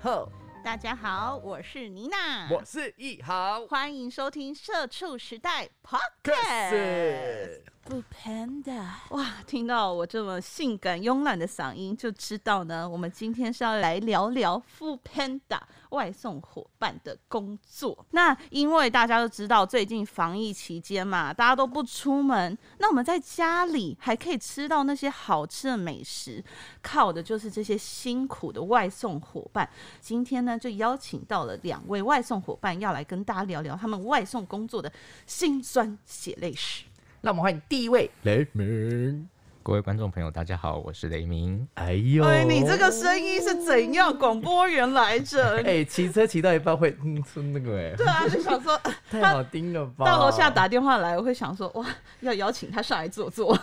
好，大家好，我是妮娜，我是一豪。欢迎收听《社畜时代 Podcast 是》。不 panda，哇，听到我这么性感慵懒的嗓音，就知道呢，我们今天是要来聊聊 f o o Panda 外送伙伴的工作。那因为大家都知道，最近防疫期间嘛，大家都不出门，那我们在家里还可以吃到那些好吃的美食，靠的就是这些辛苦的外送伙伴。今天呢，就邀请到了两位外送伙伴，要来跟大家聊聊他们外送工作的辛酸血泪史。那我们欢迎第一位雷明。各位观众朋友，大家好，我是雷鸣。哎呦，哎，你这个声音是怎样？广播员来着？哎，骑车骑到一半会嗯是那个哎，对啊，就想说太好听了吧？到楼下打电话来，我会想说哇，要邀请他上来 坐坐。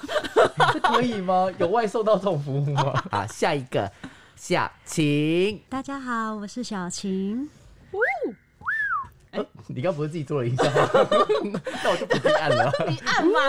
这可以吗？有外送到这种服务 吗？好，下一个小晴，大家好，我是小晴。呃你刚不是自己做了一下吗？ 那我就不必按了。你按嘛。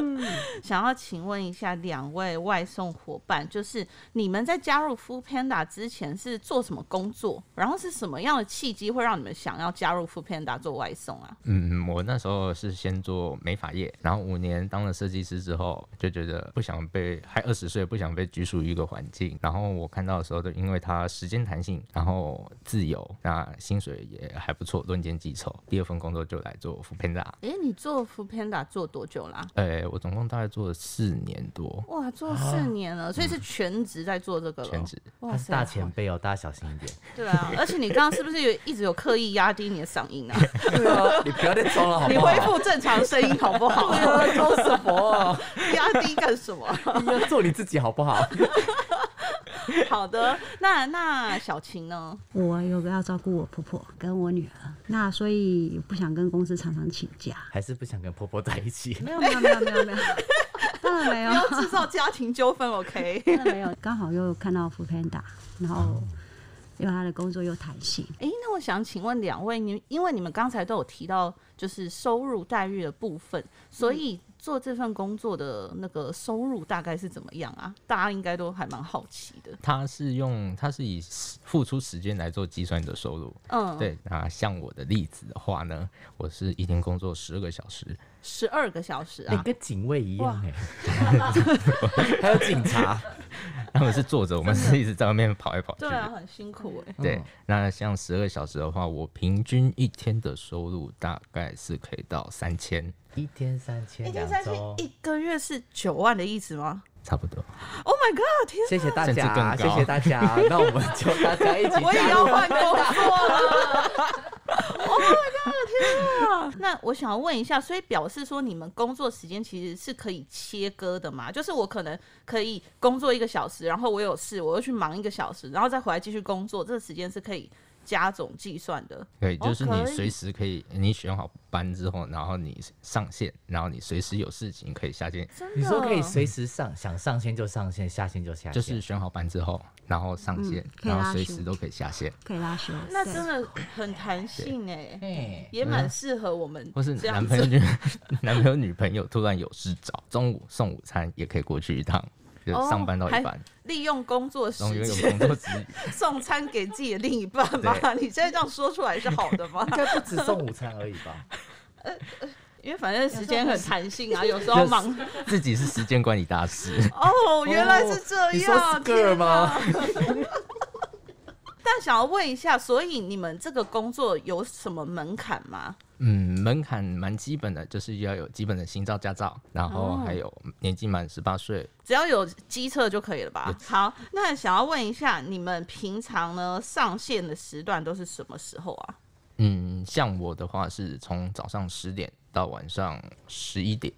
嗯 想要请问一下两位外送伙伴，就是你们在加入 Food Panda 之前是做什么工作？然后是什么样的契机会让你们想要加入 Food Panda 做外送啊？嗯，我那时候是先做美发业，然后五年当了设计师之后，就觉得不想被还二十岁不想被拘束于一个环境。然后我看到的时候，就因为它时间弹性，然后自由，那薪水也还不错，论件计酬。第二份工作就来做副片长。诶，你做 Food Panda 做多久啦、呃、我总共大概做了四年多，哇，做四年了，所以是全职在做这个了。全职。哇啊他是塞，大前辈哦，大家小心一点。对 啊，而且你刚刚是不是有一直有刻意压低你的嗓 音啊？对啊，你不要再装了，好你恢复正常声音好不好？装什么？压低干什么？ 你要做你自己好不好？好的，那那小晴呢？我有个要照顾我婆婆跟我女儿，那所以不想跟公司常常请假。还是不想跟婆婆在一起？没有没有没有没有没有，当然没不要有，制造家庭纠纷，OK？当然没有。刚好又看到福 panda，然后因为他的工作又弹性， 诶，那我想请问两位，你因为你们刚才都有提到就是收入待遇的部分，所以做这份工作的那个收入大概是怎么样啊？大家应该都还蛮好奇的。它是用它是以付出时间来做计算的收入。嗯，，对，那像我的例子的话呢，我是一天工作十二个小时，十二个小时你啊，跟警卫一 样哎、还有警察，他们是坐着，我们是一直在外面跑来跑去对的。啊，很辛苦诶。对嗯那像十二小时的话，我平均一天的收入大概是可以到三千，一天三千，一天两三千周，。一个月是九万的意思吗差不多。 ？Oh my god！天谢谢大甚至家，更谢高谢大 家，那我们就大家一起我也加要入。换工作 了。Oh 哦，我的天啊！那我想要问一下，所以表示说你们工作时间其实是可以切割的嘛？就是我可能可以工作一个小时，然后我有事，我又去忙一个小时，然后再回来继续工作，这个时间是可以加总计算的。对，就是哦你可以随时可以，你选好班之后，然后你上线，然后你随时有事情可以下线，真的？你说可以随时上，想上线就上线，下线就下线，就是选好班之后，然后嗯上线，可以然拉后随休时都可以下线。可以拉休。那对真的很弹性哎、哎也蛮适合我们或是这样男子朋友、女 男朋友、女朋友突然有事找，中午送午餐也可以过去一趟，就哦上班到还一半，利用工作时然后因为有间 工作之余，送餐给自己的另一半吧？你现在这样说出来是好的吗？应该不止送午餐而已吧？ 因为反正时间很弹性啊，有时 候忙。自己是时间管理大师。哦，原来是这样。你说是个天哪 吗？但想要问一下，所以你们这个工作有什么门槛吗？嗯，门槛蛮基本的，就是要有基本的行照驾照，然后还有年纪满十八岁。只要有机测就可以了吧？好，那想要问一下，你们平常呢上线的时段都是什么时候啊？嗯，像我的话是从早上十点到晚上十一点，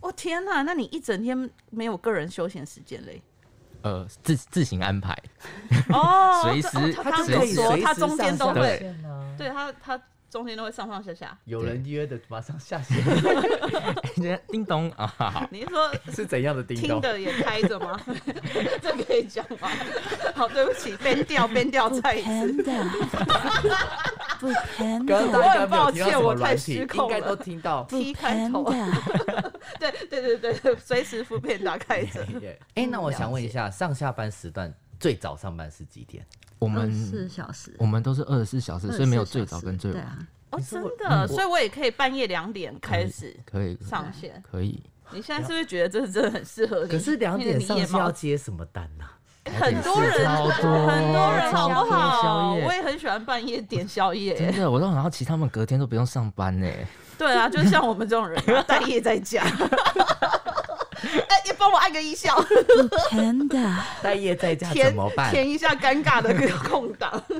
我、哦天哪，那你一整天没有个人休闲时间嘞？呃，自自行安排。 哦随时哦他刚随有时说随时他中间都上对会，线啊对他他中间都会上上下下。有人约的马上下线，叮咚啊，好你是说 是怎样的叮听咚？的也开着吗？ 这可以讲吗？ 好，对不起，边调边调再一次。 panda，不刚刚 panda，大家应该没有听到什么我很抱歉软我太体，失控应了该都听到。 T 开头， 对 对对对对，随时副片打开着。哎、那我想问一下，上下班时段最早上班是几点？我二十四们小时，我们都是二十四小时，所以没有最早跟最对晚，啊，哦，是真我的，所以我也嗯可以半夜两点开始哎可以上线。可以，你现在是不是觉得这真的很适合你？可是两点哎你的上夜是要猫接什么单呐、很多人，超很多多人好不好？宵夜我也很喜欢半夜点宵夜。真的，我都很好奇，他们隔天都不用上班呢。对啊，就像我们这种人啊，待业在家。 哎，也帮我按个音效，真的。待业在家填怎么办？填一下尴尬的空档。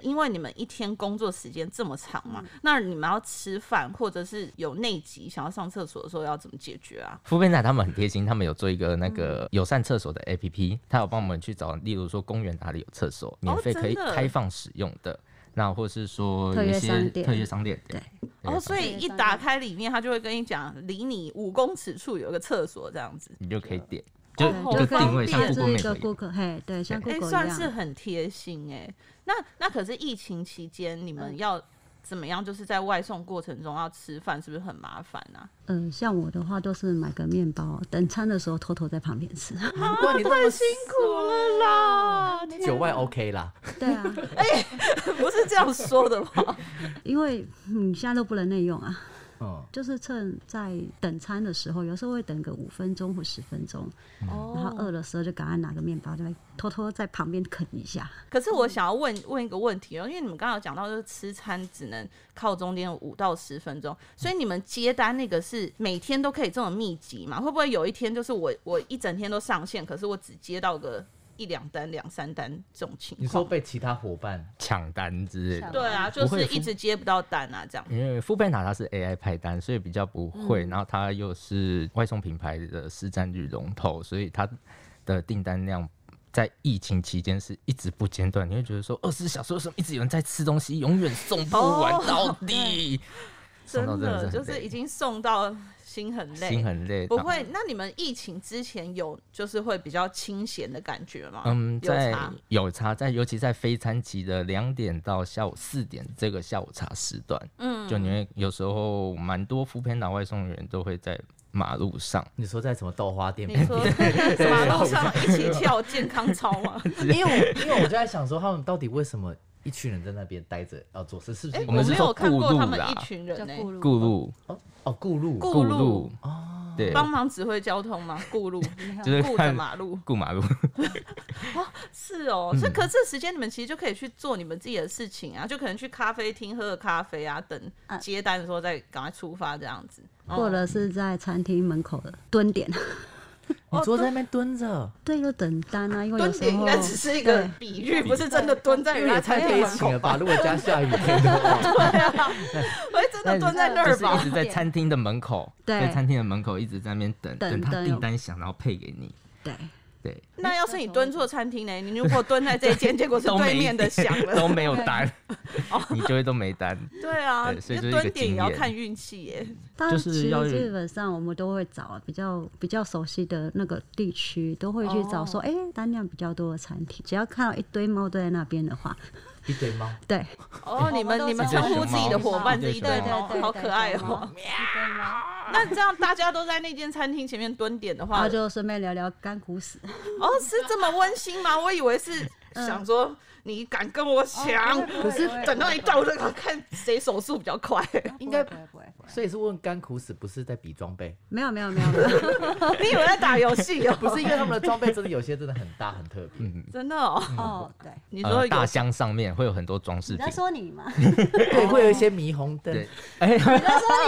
因为你们一天工作时间这么长嘛，那你们要吃饭或者是有内急想要上厕所的时候要怎么解决啊？福贝奶他们很贴心，他们有做一个那嗯个友善厕所的 APP，他有帮我们去找，例如说公园哪里有厕所，哦免费可以真的开放使用的。那或是说特有约一些商店特约商店，对哦，所以一打开里面，他就会跟你讲，离你五公尺处有一个厕所这样子。你就可以点，就哦好就方定位像便 Google 是一 Map 个一样 Google，嘿，对，像哎、 Google 一算是样。很贴心哎、那那可是疫情期间，你们要怎么样？就是在外送过程中要吃饭，是不是很麻烦啊？嗯，像我的话都是买个面包，等餐的时候偷偷在旁边吃。难怪你那么啊辛苦了啦，九万 OK 啦，对啊，哦不是这样说的吧？ 因为你现在都不能内用啊，嗯， 就是趁在等餐的时候，有时候会等个五分钟或十分钟，然后饿的时候就赶快拿个面包，就偷偷在旁边啃一下。可是我想要问问一个问题哦，因为你们刚刚有讲到，就是吃餐只能靠中间五到十分钟，所以你们接单那个是每天都可以这么密集嘛？会不会有一天就是我我一整天都上线，可是我只接到个一两单、两三单这种情你说况？被其他伙伴抢单之类的。对啊，就不会嗯是一直接不到单啊，这样。因为富贝塔它是 AI 派单，所以比较不会，嗯然后它又是外送品牌的市占率龙头，所以它的订单量在疫情期间是一直不间断。你会觉得说，二十四小时为什么一直有人在吃东西，永远送不哦完到底？真送到的的很就是累已经送到心很累，心很累。不然后会。那你们疫情之前有就是会比较清闲的感觉吗？嗯，有在差有茶，在尤其在非餐期的两点到下午四点这个下午茶时段，嗯，就你会有时候蛮多扶贫老外送员都会在马路上，你说在什么豆花店你说马路上一起跳健康操吗？因为 我因为我就在想说，他们到底为什么一群人在那边待着要做事？是不是哎，因我为我们没是有说看过顾路他们啦一群人呢、顾路顾路哦哦顾路顾顾路哦路对，帮忙指挥交通吗？顾路，就是顾着看马路。顾 马路。是哦，所以可是这时间你们其实就可以去做你们自己的事情啊，就可能去咖啡厅喝个咖啡啊，等接单的时候再赶快出发这样子。或者是在餐厅门口蹲点， 你坐在那边蹲着，对，就等单啊，因为有蹲时点应候该只是一个对比喻，不是真的蹲在因人为家也太餐悲厅门情口了吧？如果加下雨天的 话，我会真的蹲在那就儿是一吧？直在餐厅的 门口，对在餐厅的门口一直在那边等，等等他等订单响，然后配给你。对，对，那要是你蹲错餐厅呢？你如果蹲在这一间，结果是都对没面的响了， 都没有 单，你就会都没单。对啊，对所以就就是一个蹲点也经要验看运气耶。但就是其实要有基本上我们都会找比较比较熟悉的那个地区，都会去找说，哎、单量比较多的餐厅。只要看到一堆猫都在那边的话，一堆猫，对，哦，你们都你们是称熊呼自己猫的伙伴对是一对熊猫猫，好可爱哦。那这样大家都在那间餐厅前面蹲点的然话，后哦，就顺便聊聊干苦史。是这么温馨吗？我以为是想说你敢跟我抢，可是等到你到这个看谁手速比较快。应该不会不会不会，所以是问甘苦死，不是在比装备，没有没有没有没 有，你以为在打游戏哦？不是因为他们的装备真的有些真的很大很特别，真的哦。哦对，你呃说，有大箱上面会有很多装饰你品在。说你 吗？对，会有一些霓虹灯对，哎，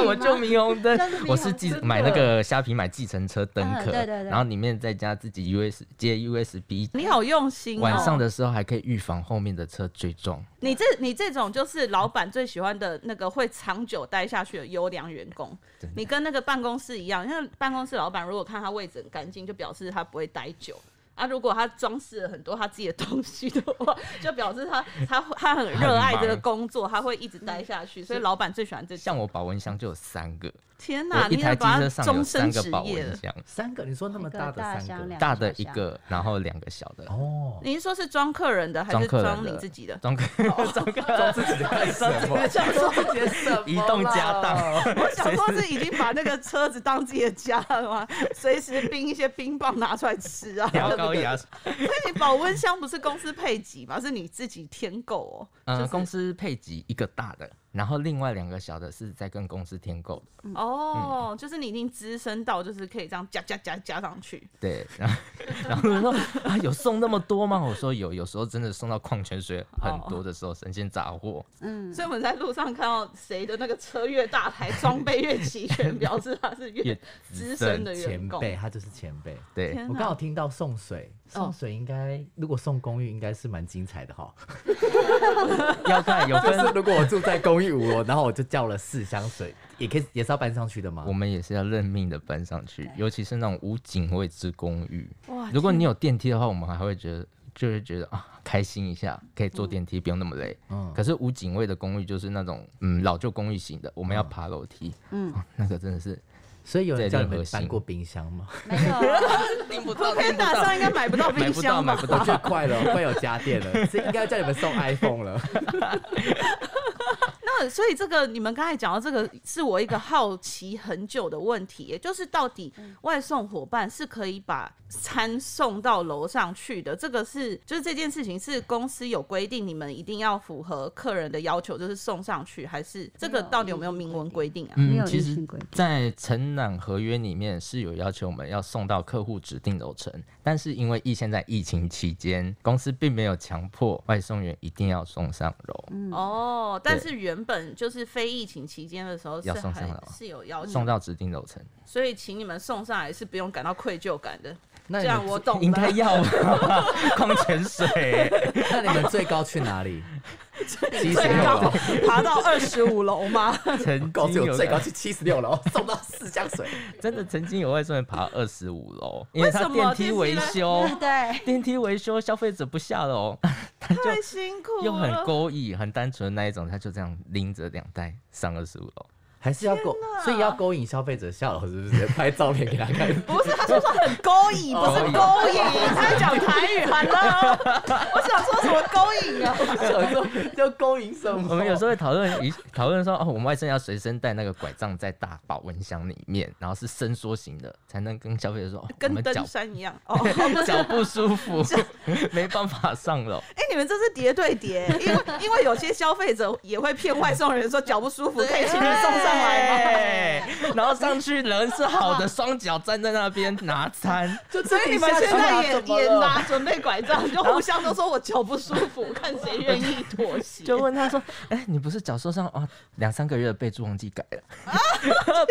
我就霓虹灯那是霓，虹我是计买那个虾皮买计程车灯嗯壳，对对对然后里面再加自己 US 接 USB，你好用心哦。晚上的时候还可以预防后面的车追撞。你这你这种就是老板最喜欢的那个会长久待下去的优良员工真。的你跟那个办公室一样，因为办公室老板如果看他位置很干净，就表示他不会待久。啊，如果他装饰了很多他自己的东西的话，就表示他他他很热爱这个工作，他会一直待下去。所以老板最喜欢这种像我保温箱就有三个，天哪，我一你台也机把它车上有终三身个职保业温了。箱，三个，你说那么大的一个大三箱个两，大的一小个，然后两个小的，哦，你是说是装客人的还装是客人装你的自己的？ 哦装个 装个自己的干什么？想说自己的什么啦移动家当， 我想说是已经把那个车子当自己的家了吗？随时冰一些冰棒拿出来吃啊！牙膏牙刷，那你保温箱不是公司配给吗？是你自己添购哦。呃，公司配给一个大的，然后另外两个小的是在跟公司添购的，嗯哦，就是你已经资深到，就是可以这样加加加加上去。对，然 后然后我说啊，有送那么多吗？我说有，有时候真的送到矿泉哦水很多的时候，神仙杂货，嗯，所以我们在路上看到谁的那个车越大台，装备越齐 全，表示他是越越资资深深的员前工。辈，他就是前辈。对，天我哪刚好听到送水，哦送水应该如果送公寓应该是蛮精彩的哈。 要看有但是分，如果我住在公寓五楼，然后我就叫了四箱水，也可以也是要搬上去的吗我？们也是要认命的搬上去，尤其是那种无警卫之公寓，哇如果你有电梯的话，我们还会觉得就会觉得啊开心一下，可以坐电梯，不用那么累。嗯可是无警卫的公寓就是那种嗯老旧公寓型的，我们要爬楼梯，嗯、那个真的是所以有人这叫也你很们恶心搬过冰箱吗？没有，啊订不我天打上应该买不到冰买不到箱吧买？不我到觉， 得哦快了，快有家电 了，所以应该叫你们送 iPhone 了。那呃所以这个你们刚才讲到这个，是我一个好奇很久的问题，也就是到底外送伙伴是可以把餐送到楼上去的？这个是就是这件事情是公司有规定，你们一定要符合客人的要求，就是送上去，还是这个到底有没有明文规定啊？没嗯，有其硬实性规定。在承揽合约里面是有要求我们要送到客户指定楼层，但是因为疫现在疫情期间，公司并没有强迫外送员一定要送上楼，哦，但是原本就是非疫情期间的时候是要送上还来吗是有要求送，到指定楼层所以请你们送上来是不用感到愧疚感的。 那这你样们我懂了，应该要吧 矿泉水。那你们最高去哪里？七十 最六高楼，爬到二十五楼吗？曾公司经有有最高去七十六楼，送到四箱水。真的曾经有外送员爬二十五楼，因为为他什么电梯维修，对，电梯维修消费者不下楼，他 就太辛苦了，又很勾引、很单纯的那一种，他就这样拎着两袋上二十五 楼。还是要勾，所以要勾引消费者笑了，是不是？拍照片给他看。不是，他说说很勾引，哦不是勾引，他讲台语，Hello，我想说什么勾引啊？想说要勾引什么？我们有时候会讨论一 讨论说，哦，我们外送要随身带那个拐杖在大保温箱里面，然后是伸缩型的，才能跟消费者说，哦、我跟们脚登山一样哦。脚不舒 服，没办法上楼。哎、你们这是叠对叠，因为因为有些消费者也会骗外送人说脚不舒服，可以请 你送上来吗？对，哎然后上去人是好的，双脚站在那边拿餐。就自所以己你们下去现在拿也怎么也了拿准备拐杖，就互相都说我脚不舒服，看谁愿意妥协。就问他说：“ 哎、你不是脚受伤啊？两三个月的备注忘记改 了，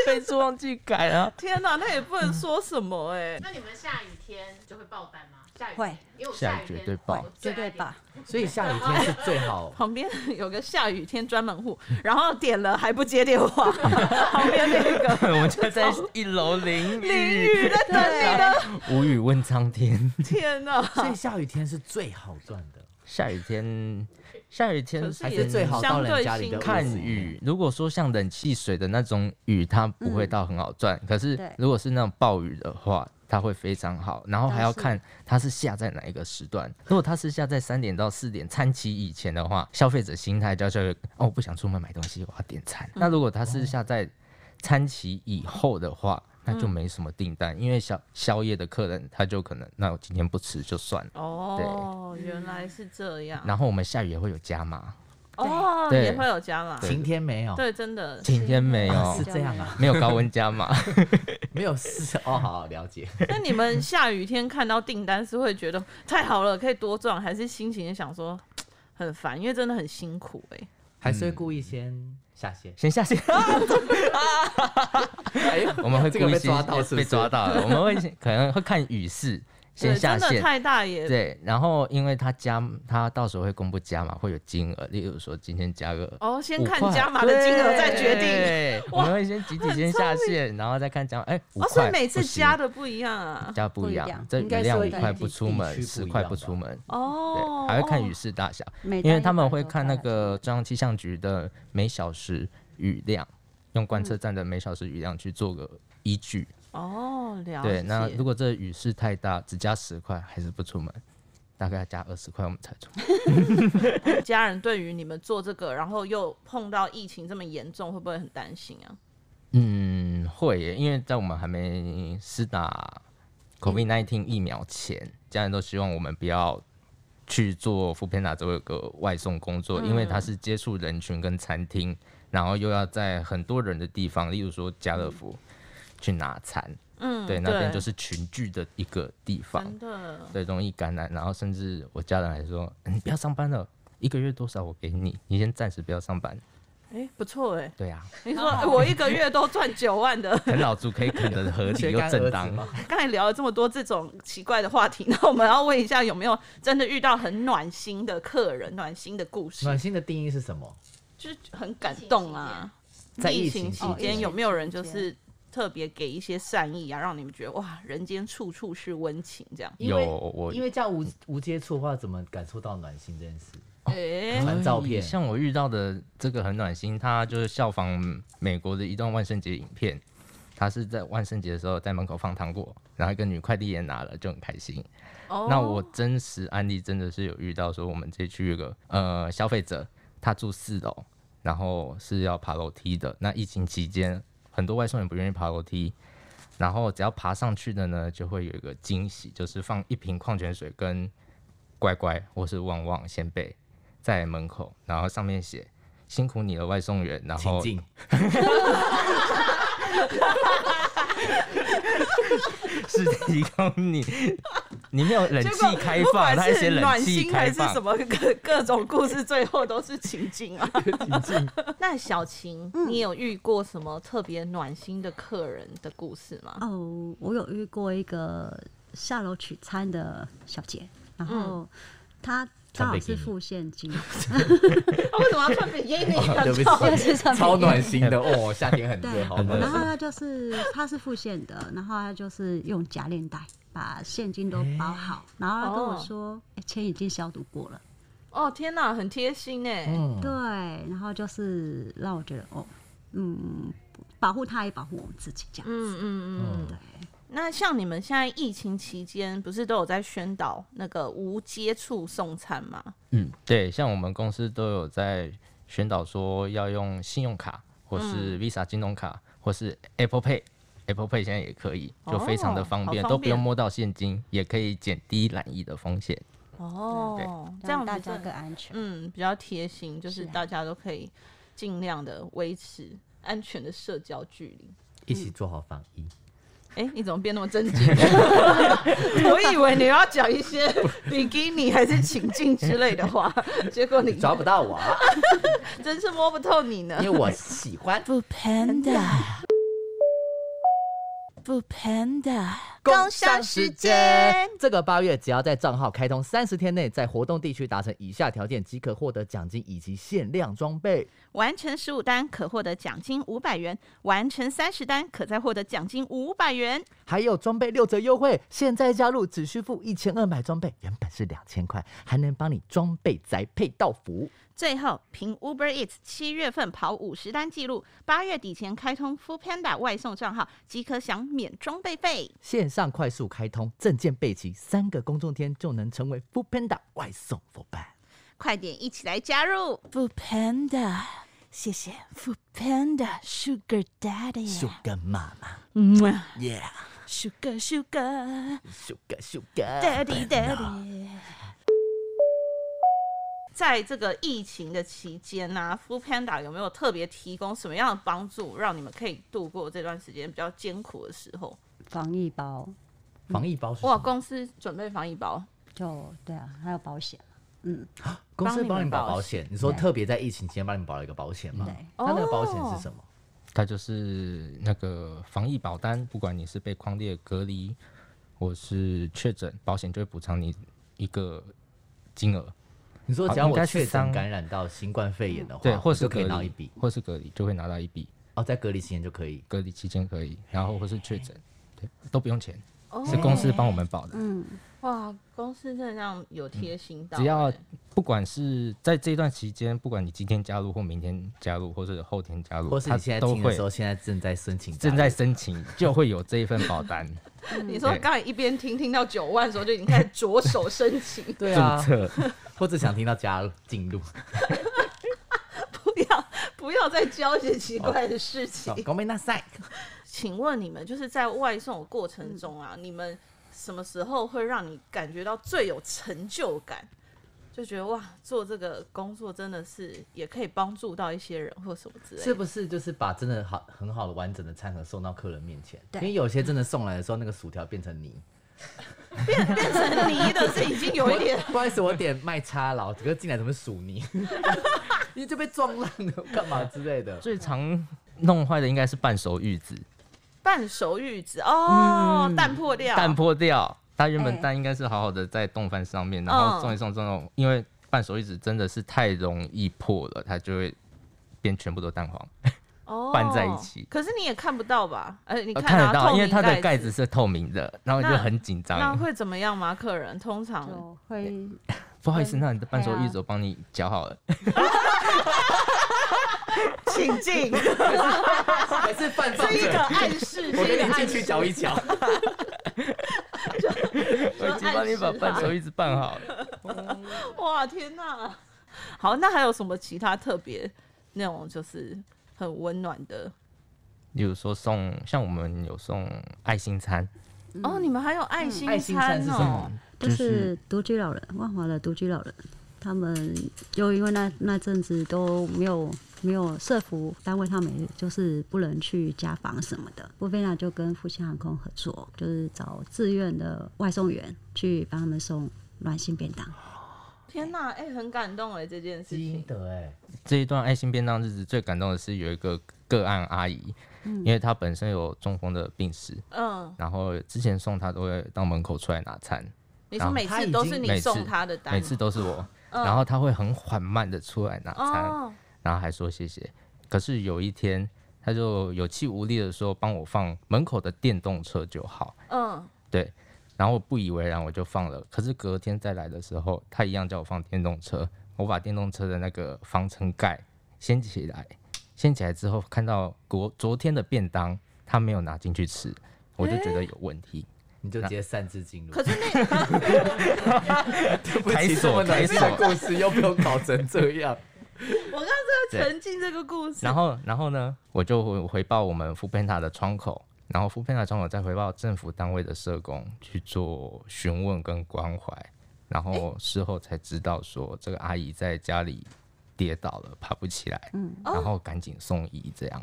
备注忘记改了。天哪，那也不能说什么哎、。那你们下雨天就会爆单吗？下雨会，因为我下雨雨绝天对爆我最绝爱对听吧。所以下雨天是最好 旁边有个下雨天专门户，然后点了还不接 电话，旁边那个” 我就在一楼淋淋雨，雨在等你啊的，无语问苍天。天哪！所以下雨天是最好赚的，下雨天，下雨天可是还也是最好到人家里的相对辛苦看雨。如果说像冷气水的那种雨，它不会到很好赚。可是对如果是那种暴雨的话，它会非常好。然后还要看它是下在哪一个时段。如果它是下在三点到四点餐期以前的话，消费者心态就会哦，我不想出门买东西，我要点餐。那如果它是下在餐期以后的话，那就没什么订单，因为宵宵夜的客人他就可能，那我今天不吃就算 了。哦，原来是这样。然后我们下雨也会有加码，哦，对也会有加码。晴天没有，对，真的。今天没啊有是，这样啊，没有高温加码。 没有是 哦，好好了解。那你们下雨天看到订单是会觉得太好了，可以多赚，还是心情想说嘖很烦，因为真的很辛苦哎、还是会故意先下线，先下线，哎， 我们会这故个意被先抓到是不被是抓到了，我们会先可能会看 雨势对，先下真的线。太大也对，然后因为他加，他到时候会公布加码，会有金额，例如说今天加个哦，先5看块加码的金额再决定。对，我们会先集体先下线，然后再看加码，哎，五哦，所块以每次不行加的不一样啊。加不一不一样样，这应雨该是量会五块根据不出地门，区十不一块样不吧出门，哦对，，还会看哦雨势大小，每因为单他一们百会多看那单来说个中央气象局的每小时雨量，用观嗯测站的每小时雨量去做个依据。哦，了解。对，那如果这雨势太大，只加十块还是不出门，大概加二十块我们才出门。 家人对于你们做这个，然后又碰到疫情这么严重，会不会很担心啊？嗯，会耶，因为在我们还没施打 COVID-19 疫苗前，家人都希望我们不要去做福片达这个外送工嗯作，因为它是接触人群跟餐厅，然后又要在很多人的地方，例如说家乐福去拿餐，嗯，对，那边就是群聚的一个地方，真的，对，容易感染。然后甚至我家人还说：“你不要上班了，一个月多少我给你，你先暂时不要上班。哎，不错哎”。对啊，你说哎我一个月都赚九万的，啃老族可以啃得 合理缺又干正儿当子。吗？刚才聊了这么多这种奇怪的话题，那我们要问一下，有没有真的遇到很暖心的客人、暖心的故事，暖心的定义是什么？就是很感动啊？在疫疫情情期期间间有没有人就是特别给一些善意啊，让你们觉得哇，人间处处是温情这样？因为有我因为这样无无接触的话，怎么感受到暖心这件事？哎、传照片像我遇到的这个很暖心，他就是效仿美国的一段万圣节影片，他是在万圣节的时候在门口放糖果，然后一个女快递员拿了就很开心。哦那我真实案例真的是有遇到说，我们这区有个呃消费者，他住四楼，然后是要爬楼梯的。那疫情期间，很多外送员不愿意爬楼梯，然后只要爬上去的呢，就会有一个惊喜，就是放一瓶矿泉水跟乖乖或是旺旺仙贝在门口，然后上面写“辛苦你了，外送员”，然情后境，？是提供你，你没有冷结气果开不放，管它还写是冷暖气心开还是放什，么各各种故事，最后都是情境 啊。那小晴，你有遇过什么特别暖心的客人的故事 吗？哦，我有遇过一个下楼取餐的小姐，然后她刚好是付现金，他啊为什么要穿比基尼啊 对不靠起，上 面超暖心 的哦，夏天很对热，好，暖然后心。她就是她是付现的，然后她就是用假链袋把现金都包好，然后她跟我说，哎，钱已经消毒过了，哦，天哪，很贴心哎、嗯对，然后就是让我觉得哦，嗯，保护她也保护我们自己这样嗯子，嗯嗯。对，那像你们现在疫情期间，不是都有在宣导那个无接触送餐吗？嗯，对，像我们公司都有在宣导说要用信用卡，或是嗯 Visa 金融卡，或是 Apple Pay。Apple Pay 现在也可以，就非常的哦方好便，方都不便用摸到现金，也可以减低染疫的风险。哦，这样子让大家真的更安全。嗯比较贴心，就是是啊大家都可以尽量的维持安全的社交距离。一起做好防疫。哎、你怎么变那么正经？ 我以为你要讲一些比基尼还是情境之类的话，结果你抓不到我啊，真是摸不透你呢。 因为我喜欢 不 panda，不 panda，工商时间。这个八月，只要在账号开通三十天内，在活动地区达成以下条件，即可获得奖金以及限量装备。完成十五单可获得奖金五百元，完成三十单可再获得奖金五百元。还有装备六折优惠，现在加入只需付一千二买装备，原本是两千块，还能帮你装备宅配到府。最后，凭 Uber Eats 七月份跑五十单记录，八月底前开通 Food Panda 外送账号，即可享免装备费。线上快速开通，证件备齐，三个公众天就能成为 f o o Panda 外送伙伴。快点一起来加入！不 panda，谢谢 f o o panda sugar daddy，sugar 哥妈妈，Yeah， sugar 树哥树哥 daddy daddy。在这个疫情的期间呢、f o o Panda 有没有特别提供什么样的帮助，让你们可以度过这段时间比较艰苦的时候？防疫包防疫包是哇，公司准备防疫包，就对啊，还有保险，公司帮帮你你们们保保保险，你说特别在疫情期间帮你们保了一个保险吗？对他那个保险是什么？它就是那个防疫保单，不管你是被框列隔离，或是确诊，保险就会补偿你一个金额，你说只要应我该是确诊三感染到新冠肺炎的话，对，或我是哦就可隔以拿一离笔，或是隔离就会拿到一笔，哦，在隔离期间就可以。隔离期间可以，然后或是确诊，对，都不用钱，哦是公司帮我们保的。嗯，哇，公司真的让有贴心到欸、只要不管是在这段期间，不管你今天加入或明天加入，或是后天加入，或是它你现在嗯都听的会时候，现在正在申请，正在申请，就会有这一份保单 你说刚才一边听听到九万的时候，就已经开始着手申请，对注啊，册。或者想听到加入进 入。不要不要再教一些奇怪的事情好。公妹那赛，请问你们就是在外送的过嗯程中啊，你们什么时候会让你感觉到最有成就感？就觉得哇，做这个工作真的是也可以帮助到一些人或什么之类是的。不是就是把真的好很好的完整的餐盒送到客人面前？因对为有些真的送来的时候，那个薯条变成泥。变成泥的是已经有一点不好意思，我点麦叉老，可是进来怎么是薯泥？你就被撞烂了，干嘛之类的？最常弄坏的应该是半熟玉子，半熟玉子哦，嗯蛋破掉，蛋破掉。它原哎本蛋应该是好好的在冻饭上面，然后送一送送一送，因为半熟玉子真的是太容易破了，它就会变全部都蛋黄。哦拌在一起可是你也看不到吧？呃，你呃看看得透到，明因为它的盖盖子，是啊透明的，然后你就那很紧那张。会怎么样吗？客人通常就会不好意思，那你的半熟对啊玉子我帮你搅好了。请 进，还是饭放是一个着？暗示，我是跟一你个暗进去示。搅一搅。我已经帮你把半熟玉子拌好 了。哇，天哪！好，那还有什么其他特别那种就是很温暖的？例如说送，像我们有送爱心餐， 哦，你们还有爱心爱心餐餐是什哦么？？就就是是独居老人，万华的独居老人，他们就因为那那阵子都没有没有社服单位，他们也就是不能去家访什么的。波菲娜就跟复兴航空合作，就是找自愿的外送员去帮他们送暖心便当。天哪，哎、很感动哎，这件事基因情。德哎，这一段爱心便当日子最感动的是有一个个案阿姨，因为她本身有中风的病史，嗯，然后之前送她都会到门口出来拿餐，你哦说每次都是你送他的单吗，每次都是我，然后她会很缓慢的出来拿餐，哦，然后还说谢谢。可是有一天，她就有气无力的说帮我放门口的电动车就好，嗯，对。然后我不以为然，我就放了。可是隔天再来的时候，她一样叫我放电动车。我把电动车的那个防尘盖掀起来，掀起来之后，看到昨昨天的便当，她没有拿进去吃，我就觉得有问题。你就直接擅自进入。可是 那 不起开这锁么暖心的开故事又不用搞成这样。我刚刚在沉浸这个故事，然后，然后呢，我就回回报我们福佩塔的窗口，然后福佩塔窗口再回报政府单位的社工去做询问跟关怀，然后事后才知道说这个阿姨在家里跌倒了，爬不起来，嗯然哦后赶紧送医这样。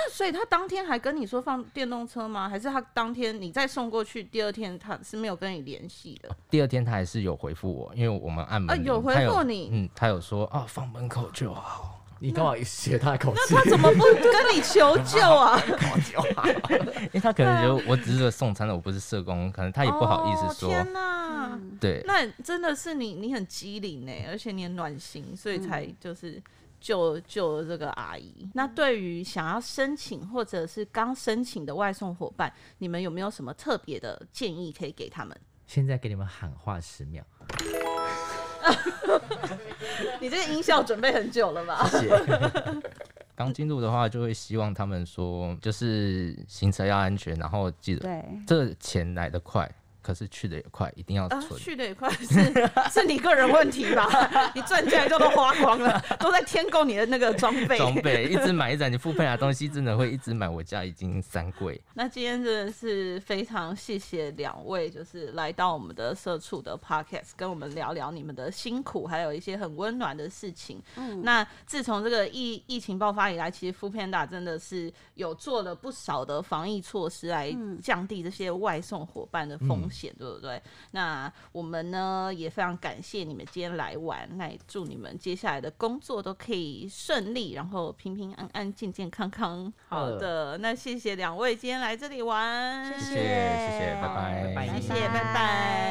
那所以他当天还跟你说放电动车吗？还是他当天你再送过去，第二天他是没有跟你联系的？第二天他还是有回复我，因为我们按门啊铃、有回他有复你嗯，他有说啊，放门口就 好。你干嘛学他的口气？他怎么不跟你求救啊？因为他可能觉得我只是个送餐的，我不是社工，可能 他也不好意哦思说。嗯天哪！对，那真的是你，你很机灵呢，而且你很暖心，所以才就是救救了这个阿姨。那对于想要申请或者是刚申请的外送伙伴，你们有没有什么特别的建议可以给他们？现在给你们喊话十秒， 你这个音效准备很久了吧？谢谢。刚进入的话，就会希望他们说，就是行车要安全，然后记得对，这钱来得快，可是去的也快，一定要 啊，存。去的也快，是是你个人问题吧？ 你赚进来就都花光了，都在添购你的那个装备。装备一 直买一直你付费的东西真的会一直买，我家已经三柜。那今天真的是非常谢谢两位，就是来到我们的社畜的 podcast，跟我们聊聊你们的辛苦，还有一些很温暖的事情。那自从这个疫疫情爆发以来，其实 f o o Panda 真的是有做了不少的防疫措施来降低这些外送伙伴的风险，对不对？那我们呢也非常感谢你们今天来玩，那也祝你们接下来的工作都可以顺利，然后平平安安、健健康康。好好的，那谢谢两位今天来这里玩，谢谢谢谢，拜拜拜拜谢谢，拜拜。